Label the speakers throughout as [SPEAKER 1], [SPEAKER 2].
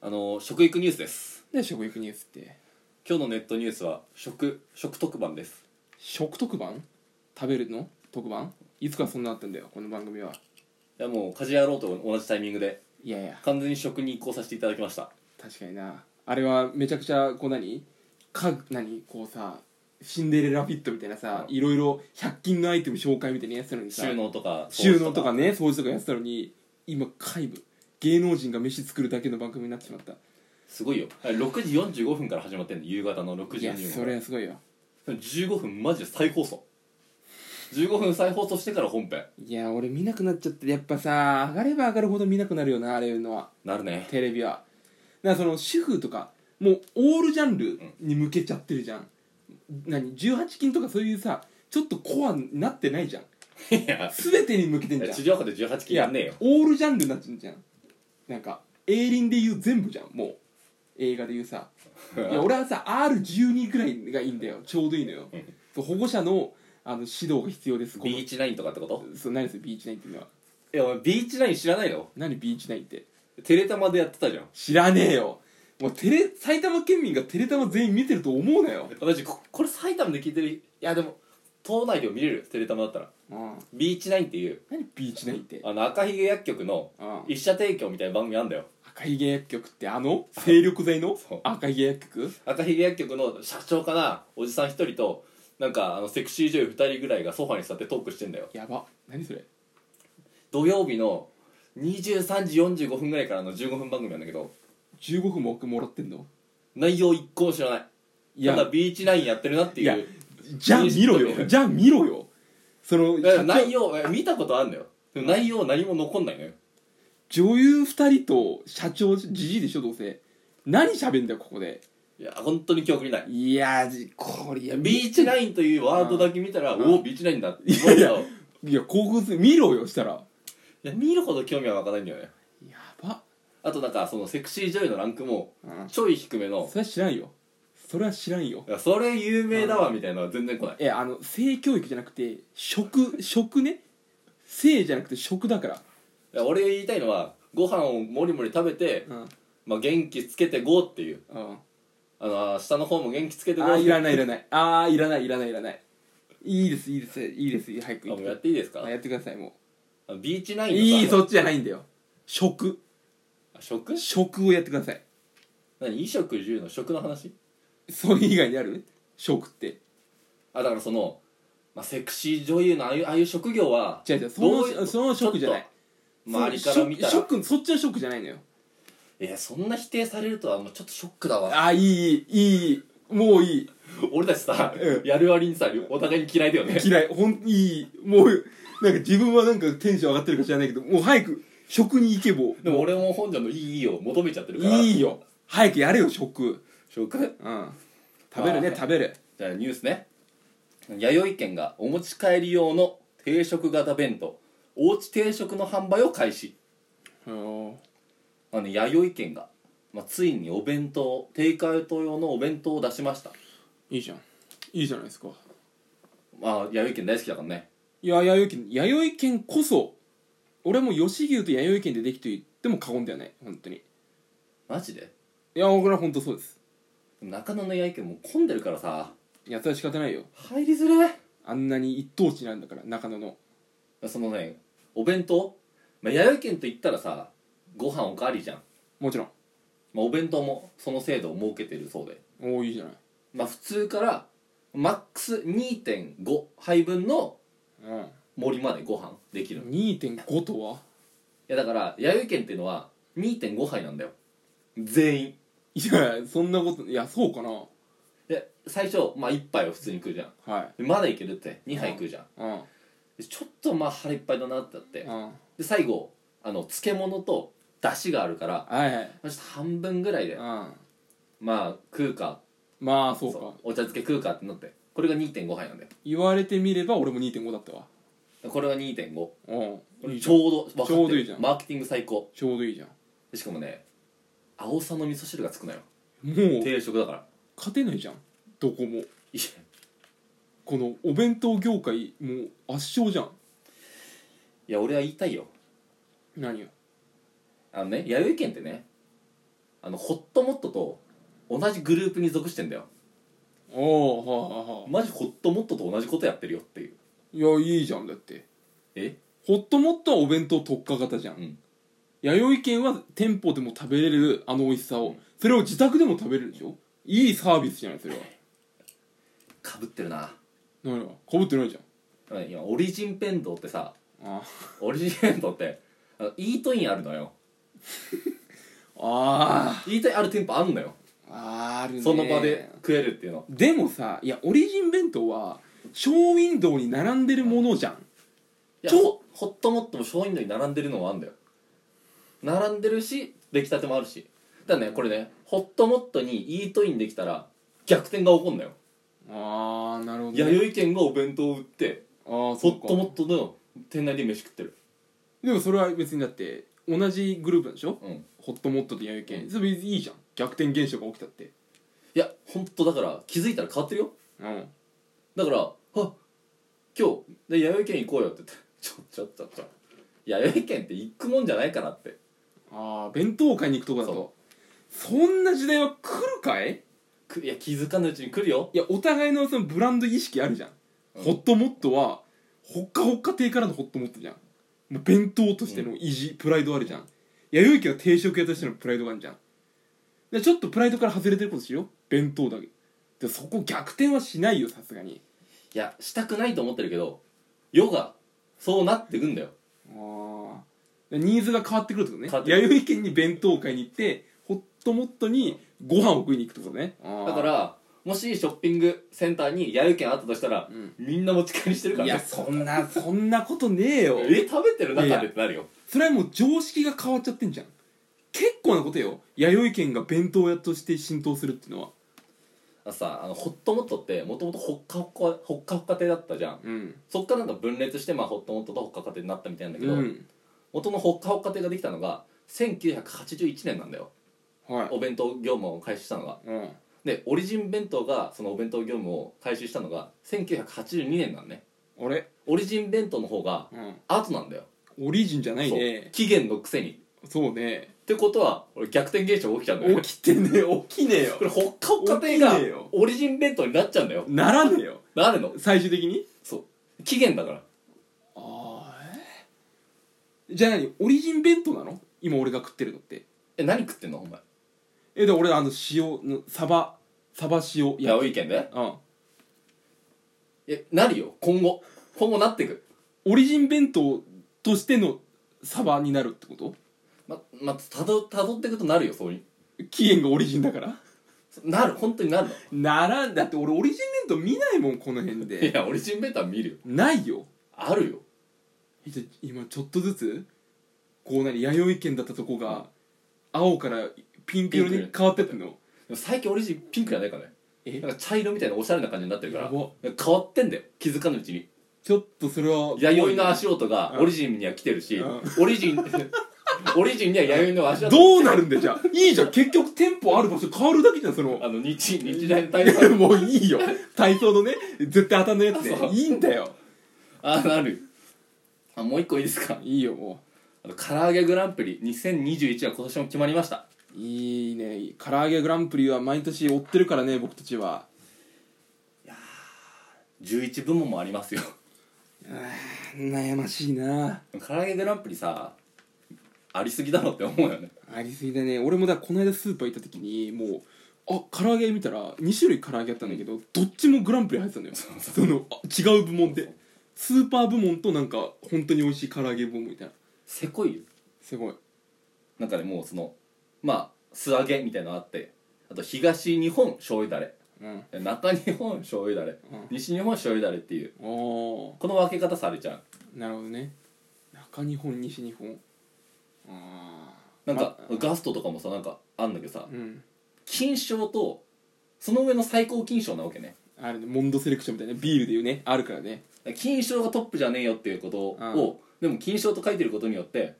[SPEAKER 1] あの食育ニュースです
[SPEAKER 2] ね食育ニュースって
[SPEAKER 1] 今日のネットニュースは食食特番です
[SPEAKER 2] 食特番食べるの特番いつからそんなあったんだよこの番組はい
[SPEAKER 1] やもう家事やろうと同じタイミングで
[SPEAKER 2] いやいや
[SPEAKER 1] 完全に食に移行させていただきました
[SPEAKER 2] 確かになあれはめちゃくちゃこう何か何こうさシンデレラフィットみたいなさいろいろ100均のアイテム紹介みたいなやつなのにさ
[SPEAKER 1] 収納とか
[SPEAKER 2] 収納とかね掃除とかやってたのに今皆無芸能人が飯作るだけの番組になってしまった
[SPEAKER 1] すごいよあれ6時45分から始まってんの夕方の6
[SPEAKER 2] い
[SPEAKER 1] 時
[SPEAKER 2] や
[SPEAKER 1] 45
[SPEAKER 2] それ
[SPEAKER 1] 分
[SPEAKER 2] はすごいよ
[SPEAKER 1] 15分マジで再放送15分再放送してから本編
[SPEAKER 2] いや俺見なくなっちゃってやっぱさ上がれば上がるほど見なくなるよなあれいうのは
[SPEAKER 1] なるね
[SPEAKER 2] テレビはだからその主婦とかもうオールジャンルに向けちゃってるじゃん、何18禁とかそういうさちょっとコアになってないじゃん
[SPEAKER 1] いや
[SPEAKER 2] 全てに向けてんじゃん
[SPEAKER 1] 地上波で18期やんねえよ
[SPEAKER 2] オールジャンルになっちゃうじゃんなんか映倫で言う全部じゃんもう映画で言うさい や俺はさ R12 ぐらいがいいんだよちょうどいいのよ
[SPEAKER 1] ん
[SPEAKER 2] そう保護者のあの指導が必要ですこの
[SPEAKER 1] ビーチナインとかってこと
[SPEAKER 2] そう何ですビーチナインっていうのはい
[SPEAKER 1] やお前ビーチナイン知らないの
[SPEAKER 2] 何ビーチナインって
[SPEAKER 1] テレタマでやってたじゃん
[SPEAKER 2] 知らねえよもうテレ埼玉県民がテレタマ全員見てると思うなよ、
[SPEAKER 1] 私ここれ埼玉で聞いてるいやでも島内でも見れるテレタマだったら
[SPEAKER 2] うん、
[SPEAKER 1] ビーチナインっていう
[SPEAKER 2] 何ビーチナインって
[SPEAKER 1] あの赤ひげ薬局の
[SPEAKER 2] うん
[SPEAKER 1] 一社提供みたいな番組あんだよ
[SPEAKER 2] 赤ひげ薬局ってあの精力剤の
[SPEAKER 1] そう
[SPEAKER 2] 赤ひげ薬局
[SPEAKER 1] 赤ひげ薬局の社長かなおじさん一人となんかあのセクシー女優二人ぐらいがソファに座ってトークしてんだよ
[SPEAKER 2] やば何それ
[SPEAKER 1] 土曜日の23時45分ぐらいからの15分番組なんだけど
[SPEAKER 2] 15分も奥もらってんの
[SPEAKER 1] 内容一個も知らない
[SPEAKER 2] いや
[SPEAKER 1] ただビーチナインやってるなって
[SPEAKER 2] い
[SPEAKER 1] い
[SPEAKER 2] や
[SPEAKER 1] う
[SPEAKER 2] じゃあ見ろ
[SPEAKER 1] 認識と
[SPEAKER 2] よ
[SPEAKER 1] ね
[SPEAKER 2] じゃあ見ろよその
[SPEAKER 1] だから
[SPEAKER 2] 社
[SPEAKER 1] 内
[SPEAKER 2] 長
[SPEAKER 1] 容え見たことあるんだよでも内容何も残んないのよ
[SPEAKER 2] 女優2人と社長じじいでしょどうせ何喋んだよここで
[SPEAKER 1] いや本当に記憶にない
[SPEAKER 2] いやじこれいや
[SPEAKER 1] ビーチナインというワードだけ見たら
[SPEAKER 2] うん
[SPEAKER 1] おおビーチナインだって思うけど
[SPEAKER 2] いやいいや興奮する見ろよしたら
[SPEAKER 1] いや見るほど興味は湧かないんだよね
[SPEAKER 2] やば
[SPEAKER 1] あとなんかそのセクシー女優のランクも
[SPEAKER 2] うん
[SPEAKER 1] ちょい低めの
[SPEAKER 2] それは知らんよそれは知らんよ
[SPEAKER 1] いやそれ有名だわみたいなのは全然来ない
[SPEAKER 2] えあの性教育じゃなくて食食ね性じゃなくて食だから
[SPEAKER 1] いや俺言いたいのはご飯をもりもり食べて、
[SPEAKER 2] うん
[SPEAKER 1] まあ、元気つけてこうっていう
[SPEAKER 2] うん
[SPEAKER 1] あの下の方も元気つけて
[SPEAKER 2] あ
[SPEAKER 1] こうっ
[SPEAKER 2] ー
[SPEAKER 1] て
[SPEAKER 2] いらないいらないあーいらないいらないいらないいいですいいですいいです早く
[SPEAKER 1] あもうや
[SPEAKER 2] 行
[SPEAKER 1] っ
[SPEAKER 2] って
[SPEAKER 1] いいですか
[SPEAKER 2] あやってくださいも
[SPEAKER 1] あのビーチナ
[SPEAKER 2] う
[SPEAKER 1] イン
[SPEAKER 2] いい
[SPEAKER 1] の
[SPEAKER 2] そっちじゃないんだよ食
[SPEAKER 1] あ食
[SPEAKER 2] 食をやってください
[SPEAKER 1] 何衣食住の食の話
[SPEAKER 2] それ以外にある食って
[SPEAKER 1] あだからその、まあ、セクシー女優のああいうああいう職業は
[SPEAKER 2] 違う違うそ
[SPEAKER 1] どういう
[SPEAKER 2] のその食じゃない
[SPEAKER 1] 周りから見たら
[SPEAKER 2] 食そっちの食じゃないのよ
[SPEAKER 1] いやそんな否定されるとはもうちょっとショックだわ
[SPEAKER 2] あーいいいいいいもういい
[SPEAKER 1] 俺たちさ、
[SPEAKER 2] うん
[SPEAKER 1] やる割にさお互いに嫌いだよね
[SPEAKER 2] 嫌いほんいいもうなんか自分はなんかテンション上がってるか知らないけどもう早く食に行けぼ
[SPEAKER 1] でも俺も本庄のいいいいを求めちゃってるから
[SPEAKER 2] いいよ早くやれよ食
[SPEAKER 1] 食
[SPEAKER 2] うん食べる
[SPEAKER 1] ま
[SPEAKER 2] ね
[SPEAKER 1] あ
[SPEAKER 2] 食べる
[SPEAKER 1] じゃあニュースね弥生県がお持ち帰り用の定食型弁当おうち定食の販売を開始
[SPEAKER 2] うん
[SPEAKER 1] あの、ね、弥生県が、まあ、ついにお弁当テイクアウト用のお弁当を出しました
[SPEAKER 2] いいじゃんいいじゃないですか
[SPEAKER 1] まあ弥生県大好きだからね
[SPEAKER 2] いや弥生県弥生県こそ俺はもう吉牛と弥生県でできて言っても過言ではない本当にい
[SPEAKER 1] マジで
[SPEAKER 2] や僕ら本当そうです
[SPEAKER 1] 中野の弥生県もう混んでるからさ
[SPEAKER 2] いやそれは仕方ないよ
[SPEAKER 1] 入りづらい
[SPEAKER 2] あんなに一等地なんだから中野の
[SPEAKER 1] そのねお弁当、まあ、弥生県といったらさご飯おかわりじゃん、
[SPEAKER 2] もちろん
[SPEAKER 1] まあ、お弁当もその制度を設けてるそうで
[SPEAKER 2] おおいいじゃない
[SPEAKER 1] まあ普通からマックス2.5杯分の
[SPEAKER 2] うん
[SPEAKER 1] 森までご飯できるのい
[SPEAKER 2] 2.5とは
[SPEAKER 1] やだから弥生県っていうのは2.5杯なんだよ全員
[SPEAKER 2] いやそんなこといやそうかな
[SPEAKER 1] で最初まあ1杯を普通に食うじゃん
[SPEAKER 2] はい
[SPEAKER 1] でまだいけるって2杯食うじゃん
[SPEAKER 2] うん
[SPEAKER 1] でちょっとまあ腹いっぱいだなってなって
[SPEAKER 2] うん
[SPEAKER 1] で最後あの漬物と出汁があるから
[SPEAKER 2] はいはい
[SPEAKER 1] まあちょっと半分ぐらいで
[SPEAKER 2] うん
[SPEAKER 1] まあ食うか
[SPEAKER 2] まあそうか
[SPEAKER 1] お茶漬け食うかってなってこれが2.5杯なんだよ
[SPEAKER 2] 言われてみれば俺も2.5だったわ
[SPEAKER 1] これが2.5
[SPEAKER 2] う
[SPEAKER 1] 俺
[SPEAKER 2] ん
[SPEAKER 1] ちょうど分かってる
[SPEAKER 2] ちょうどいいじゃん
[SPEAKER 1] マーケティング最高
[SPEAKER 2] ちょうどいいじゃん
[SPEAKER 1] でしかもね青さの味噌汁がつくのよ
[SPEAKER 2] もう
[SPEAKER 1] 定食だから
[SPEAKER 2] 勝てないじゃんどこ
[SPEAKER 1] い
[SPEAKER 2] も
[SPEAKER 1] や
[SPEAKER 2] このお弁当業界もう圧勝じゃん
[SPEAKER 1] いや俺は言いたいよ
[SPEAKER 2] 何よ
[SPEAKER 1] あのね弥生県ってねあのホットモットと同じグループに属してんだよ
[SPEAKER 2] おおはあはあはあ
[SPEAKER 1] マジホットモットと同じことやってるよっていう
[SPEAKER 2] いやいいじゃんだって
[SPEAKER 1] え
[SPEAKER 2] ホットモットはお弁当特化型じゃん、
[SPEAKER 1] うん
[SPEAKER 2] 弥生県は店舗でも食べれるあの美味しさを、それを自宅でも食べれるでしょいいサービスじゃないそれは
[SPEAKER 1] かぶってるな
[SPEAKER 2] 何がかぶってないじ
[SPEAKER 1] 今オリジン弁当ってさ
[SPEAKER 2] ゃんあ
[SPEAKER 1] オリジン弁当ってあのイートインあるのよ
[SPEAKER 2] あ
[SPEAKER 1] イートインある店舗あんのよ
[SPEAKER 2] ーあるね
[SPEAKER 1] その場で食えるっていうの
[SPEAKER 2] でもさいやオリジン弁当はショーウィンドウに並んでるものじゃん
[SPEAKER 1] いや
[SPEAKER 2] ちょ
[SPEAKER 1] ホホットモットもショーインドに並んでるのもあんだよ並んでるし出来たてもあるしだからねこれねホットモットにイートインできたら逆転が起こんのよ
[SPEAKER 2] ああなるほど、ね、
[SPEAKER 1] 弥生県がお弁当を売って
[SPEAKER 2] あー
[SPEAKER 1] ホ
[SPEAKER 2] そっ
[SPEAKER 1] ット
[SPEAKER 2] か
[SPEAKER 1] モットの店内で飯食ってる
[SPEAKER 2] でもそれは別にだって同じグループなんでしょ
[SPEAKER 1] うん
[SPEAKER 2] ホットモットと弥生県それいいじゃん逆転現象が起きたって
[SPEAKER 1] いやほんとだから気づいたら変わってるよ
[SPEAKER 2] うん
[SPEAKER 1] だから「あ今日で弥生県行こうよ」って言 って「ちょちょちょちょ弥生県って行くもんじゃないから」って
[SPEAKER 2] ああ弁当を買いに行くとこだとそんな時代は来るかい
[SPEAKER 1] くいや気づかぬうちに来るよ
[SPEAKER 2] いやお互いのそのブランド意識あるじゃん、
[SPEAKER 1] うん
[SPEAKER 2] ホットモットはほっかほっか亭からのホットモットじゃんもう弁当としての意地、プライドあるじゃん弥生家は定食屋としてのプライドがあるじゃんでちょっとプライドから外れてることしよう弁当だけでそこ逆転はしないよさすがに
[SPEAKER 1] いやしたくないと思ってるけど世がそうなってくんだよ
[SPEAKER 2] ああニーズが変わってくるってことね
[SPEAKER 1] 変わってくる
[SPEAKER 2] 弥生県に弁当を買いに行ってホットモットにご飯を食いに行くってことね
[SPEAKER 1] だ
[SPEAKER 2] だ
[SPEAKER 1] からもしショッピングセンターに弥生県あったとしたら、
[SPEAKER 2] うん
[SPEAKER 1] みんな持ち帰りしてるから
[SPEAKER 2] い
[SPEAKER 1] ね
[SPEAKER 2] やそんなそんなことねえよ
[SPEAKER 1] え食べてる
[SPEAKER 2] い
[SPEAKER 1] 中
[SPEAKER 2] やい
[SPEAKER 1] で
[SPEAKER 2] や
[SPEAKER 1] ってなるよ
[SPEAKER 2] それはもう常識が変わっちゃってんじゃん結構なことよ弥生県が弁当屋として浸透するっていうのは
[SPEAKER 1] あのさあのホットモットってもともとほっかほっかほっかほっか亭だったじゃん
[SPEAKER 2] うん
[SPEAKER 1] そっからなんか分裂して、まあ、ホットモットとほっかほっか亭になったみたいなんだけど、
[SPEAKER 2] うん
[SPEAKER 1] 元のほっかほっか亭ができたのが1981年なんだよ
[SPEAKER 2] はい
[SPEAKER 1] お弁当業務を開始したのが
[SPEAKER 2] うん
[SPEAKER 1] でオリジン弁当がそのお弁当業務を開始したのが1982年なんね
[SPEAKER 2] あれ、
[SPEAKER 1] オリジン弁当の方が
[SPEAKER 2] うん、
[SPEAKER 1] 後なんだよ
[SPEAKER 2] オリジンじゃない
[SPEAKER 1] そう
[SPEAKER 2] ね
[SPEAKER 1] 期限のくせに
[SPEAKER 2] そうね
[SPEAKER 1] ってことは俺逆転現象起きちゃうんだよ
[SPEAKER 2] 起きてね起きねえよ
[SPEAKER 1] これほっかほっか亭が
[SPEAKER 2] 起きねえよ
[SPEAKER 1] オリジン弁当になっちゃうんだよ
[SPEAKER 2] ならねえよ
[SPEAKER 1] なるの
[SPEAKER 2] 最終的に
[SPEAKER 1] そう期限だから
[SPEAKER 2] ああえじゃあ何オリジン弁当なの今俺が食ってるのって
[SPEAKER 1] え何食ってんのお前
[SPEAKER 2] えで俺あの塩のサバサバ塩
[SPEAKER 1] いや
[SPEAKER 2] 焼
[SPEAKER 1] 意見で
[SPEAKER 2] きうん
[SPEAKER 1] えなるよ今後今後なってく
[SPEAKER 2] オリジン弁当としてのサバになるってこと
[SPEAKER 1] ままたどたどってくとなるよそういう
[SPEAKER 2] 期限がオリジンだから
[SPEAKER 1] なる本当になるの
[SPEAKER 2] ならんだって俺オリジン弁当見ないもんこの辺
[SPEAKER 1] い
[SPEAKER 2] で
[SPEAKER 1] やオリジンベータは見るよ
[SPEAKER 2] ないよ
[SPEAKER 1] あるよ
[SPEAKER 2] じゃ今ちょっとずつこうなに弥生県だったとこが青からピンク色に変わってったの
[SPEAKER 1] でも最近オリジンピンクじゃないからね
[SPEAKER 2] え
[SPEAKER 1] なんか茶色みたいなおしゃれな感じになってるから
[SPEAKER 2] やば
[SPEAKER 1] 変わってんだよ気づかぬうちに
[SPEAKER 2] ちょっとそれは
[SPEAKER 1] 弥生の足音が
[SPEAKER 2] うん
[SPEAKER 1] オリジンには来てるし、
[SPEAKER 2] う
[SPEAKER 1] オリジン オリジンには弥生の足音
[SPEAKER 2] どうなるんだよじゃあいいじゃん結局店舗ある場所変わるだけじゃんその
[SPEAKER 1] あの日日大の体育
[SPEAKER 2] もういいよ体操のね絶対当たんないやつね
[SPEAKER 1] あそう
[SPEAKER 2] いいんだよ
[SPEAKER 1] あなるあもう一個いいですか
[SPEAKER 2] いいよも
[SPEAKER 1] あの唐揚げグランプリ2021は今年も決まりました
[SPEAKER 2] ういいね唐揚げグランプリは毎年追ってるからね僕たちは
[SPEAKER 1] 11部門もありますよ
[SPEAKER 2] 悩ましいな
[SPEAKER 1] 唐揚げグランプリさありすぎだろって思うよね
[SPEAKER 2] ありすぎだね俺もだからこの間スーパー行った時にもうあ唐揚げ見たら2種類唐揚げあったんだけど、どっちもグランプリ入ってたんだよそのあ違う部門でスーパー部門となんか本当に美味しい唐揚げ部門みたいな
[SPEAKER 1] せこいよ
[SPEAKER 2] すごい
[SPEAKER 1] なんかねもうそのまあ素揚げみたいなのあってあと東日本醤油だれ
[SPEAKER 2] うん
[SPEAKER 1] 中日本醤油だれ、
[SPEAKER 2] うん
[SPEAKER 1] 西日本醤油だれっていう
[SPEAKER 2] あ
[SPEAKER 1] この分け方されちゃう
[SPEAKER 2] あなるほどね中日本西日本ああ
[SPEAKER 1] なんか、
[SPEAKER 2] ま
[SPEAKER 1] ガストとかもさなんかあんだけどさ
[SPEAKER 2] うん
[SPEAKER 1] 金賞とその上の最高金賞なわけね
[SPEAKER 2] あれねモンドセレクションみたいなビールでいうねあるからね
[SPEAKER 1] 金賞がトップじゃねえよっていうことを、でも金賞と書いてることによって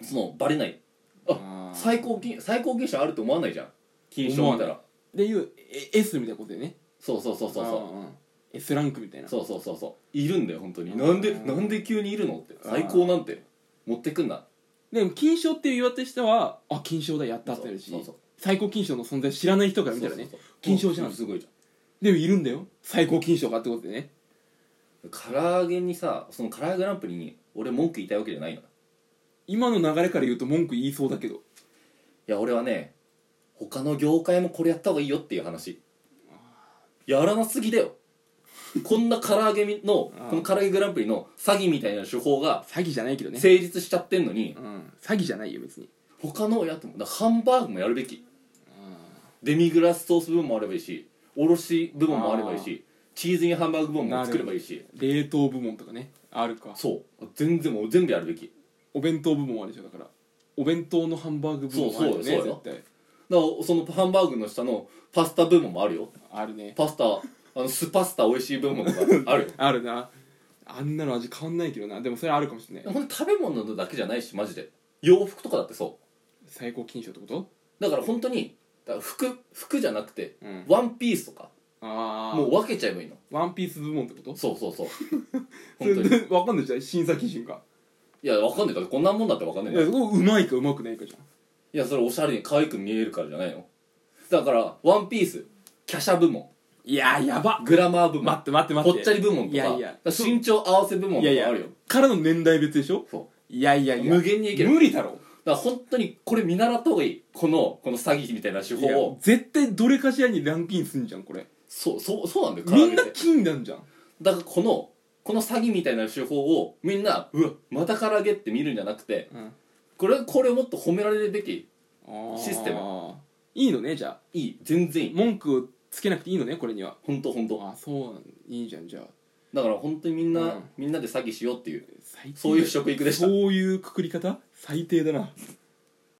[SPEAKER 1] そのバレない
[SPEAKER 2] あ
[SPEAKER 1] あ
[SPEAKER 2] ー
[SPEAKER 1] 最高金最高金賞あるって思わないじゃん金賞見た
[SPEAKER 2] 思わ
[SPEAKER 1] ら
[SPEAKER 2] でいう S みたいなことでね
[SPEAKER 1] そうそうそうそうそ
[SPEAKER 2] うんうん S ランクみたいうな
[SPEAKER 1] そうそうそうそういるんだよ本当に
[SPEAKER 2] うん
[SPEAKER 1] なんでなんで急にいるのって最高なんて持ってくんな
[SPEAKER 2] でも金賞っていう言い訳したはあ金賞だやったってなるし
[SPEAKER 1] そうそう
[SPEAKER 2] 最高金賞の存在知らない人から見たらね
[SPEAKER 1] そうそうそう
[SPEAKER 2] 金賞じゃん
[SPEAKER 1] すごいじゃん
[SPEAKER 2] でもいるんだよ最高金賞かってことでね
[SPEAKER 1] 唐揚げにさその唐揚げグランプリに俺文句言いたいわけじゃないのい
[SPEAKER 2] 今の流れから言うと文句言いそうだけど
[SPEAKER 1] や俺はね他の業界もこれやった方がいいよっていう話やらなすぎだよこんな唐揚げの
[SPEAKER 2] ああ
[SPEAKER 1] この唐揚げグランプリの詐欺みたいな手法が
[SPEAKER 2] 詐欺じゃないけどね
[SPEAKER 1] 成立しちゃってんのに
[SPEAKER 2] うん詐欺じゃないよ別に
[SPEAKER 1] 他のやつもだからハンバーグもやるべきデミグラスソース部門もあればいいしおろし部門もあればいいしチーズインハンバーグ部門も作ればいいし
[SPEAKER 2] 冷凍部門とかねあるか
[SPEAKER 1] そう全然もう全部やるべき
[SPEAKER 2] お弁当部門あるでしょだからお弁当のハンバーグ部門あるよね
[SPEAKER 1] そうそうよ
[SPEAKER 2] 絶対
[SPEAKER 1] だからそのハンバーグの下のパスタ部門もあるよ
[SPEAKER 2] あるね
[SPEAKER 1] パスタあのスパスタ美味しい部門がある
[SPEAKER 2] あるなあんなの味変わんないけどなでもそれあるかもしれない
[SPEAKER 1] よほんと食べ物だけじゃないしマジで洋服とかだってそ
[SPEAKER 2] 最高金賞ってこと
[SPEAKER 1] うだから本当にだから服服じゃなくて、
[SPEAKER 2] うん
[SPEAKER 1] ワンピースとか
[SPEAKER 2] ああ
[SPEAKER 1] もう分けちゃえばいいの
[SPEAKER 2] ワンピース部門ってこと
[SPEAKER 1] そうそうそう
[SPEAKER 2] そ
[SPEAKER 1] 本
[SPEAKER 2] れ
[SPEAKER 1] 当
[SPEAKER 2] で
[SPEAKER 1] にい
[SPEAKER 2] 分かんないじゃん審査基準が
[SPEAKER 1] や分かんないだってこんなもんだって分かんないいんだ
[SPEAKER 2] や
[SPEAKER 1] よ
[SPEAKER 2] そこうまいかうまくないかじゃん
[SPEAKER 1] いやそれおしゃれに可愛く見えるからじゃないのだからワンピース華奢部門
[SPEAKER 2] いややば
[SPEAKER 1] グラマー部門
[SPEAKER 2] 待って待って待
[SPEAKER 1] ぽ
[SPEAKER 2] って
[SPEAKER 1] っちゃり部門とか
[SPEAKER 2] いやいや
[SPEAKER 1] だから身長合わせ部門と
[SPEAKER 2] い
[SPEAKER 1] か
[SPEAKER 2] や
[SPEAKER 1] あ
[SPEAKER 2] い
[SPEAKER 1] るよ
[SPEAKER 2] やからの年代別でしょ
[SPEAKER 1] そう
[SPEAKER 2] いやいやいや
[SPEAKER 1] 無限にいける
[SPEAKER 2] 無理だろ
[SPEAKER 1] だから本当にこれ見習った方がいいこのこの詐欺みたいな手
[SPEAKER 2] い
[SPEAKER 1] 法
[SPEAKER 2] や
[SPEAKER 1] を
[SPEAKER 2] 絶対どれかしらにランクインすんじゃんこれ
[SPEAKER 1] そうそうそうなんだよ
[SPEAKER 2] みんな
[SPEAKER 1] 唐揚げって
[SPEAKER 2] 金なんじゃん
[SPEAKER 1] だからこのこの詐欺みたいな手法をみんなうわまた唐揚げって見るんじゃなくて
[SPEAKER 2] うん
[SPEAKER 1] これこれをもっと褒められるべきシステム
[SPEAKER 2] いいのねじゃあ
[SPEAKER 1] いい全然いい
[SPEAKER 2] 文句をつけなくていいのねこれには
[SPEAKER 1] 本当本当
[SPEAKER 2] あそうなんいいじゃんじゃあ
[SPEAKER 1] だから本当にみんな、
[SPEAKER 2] うん
[SPEAKER 1] みんなで詐欺しようっていう
[SPEAKER 2] 最低だ
[SPEAKER 1] そういう食育でした
[SPEAKER 2] そういうくくり方最低だな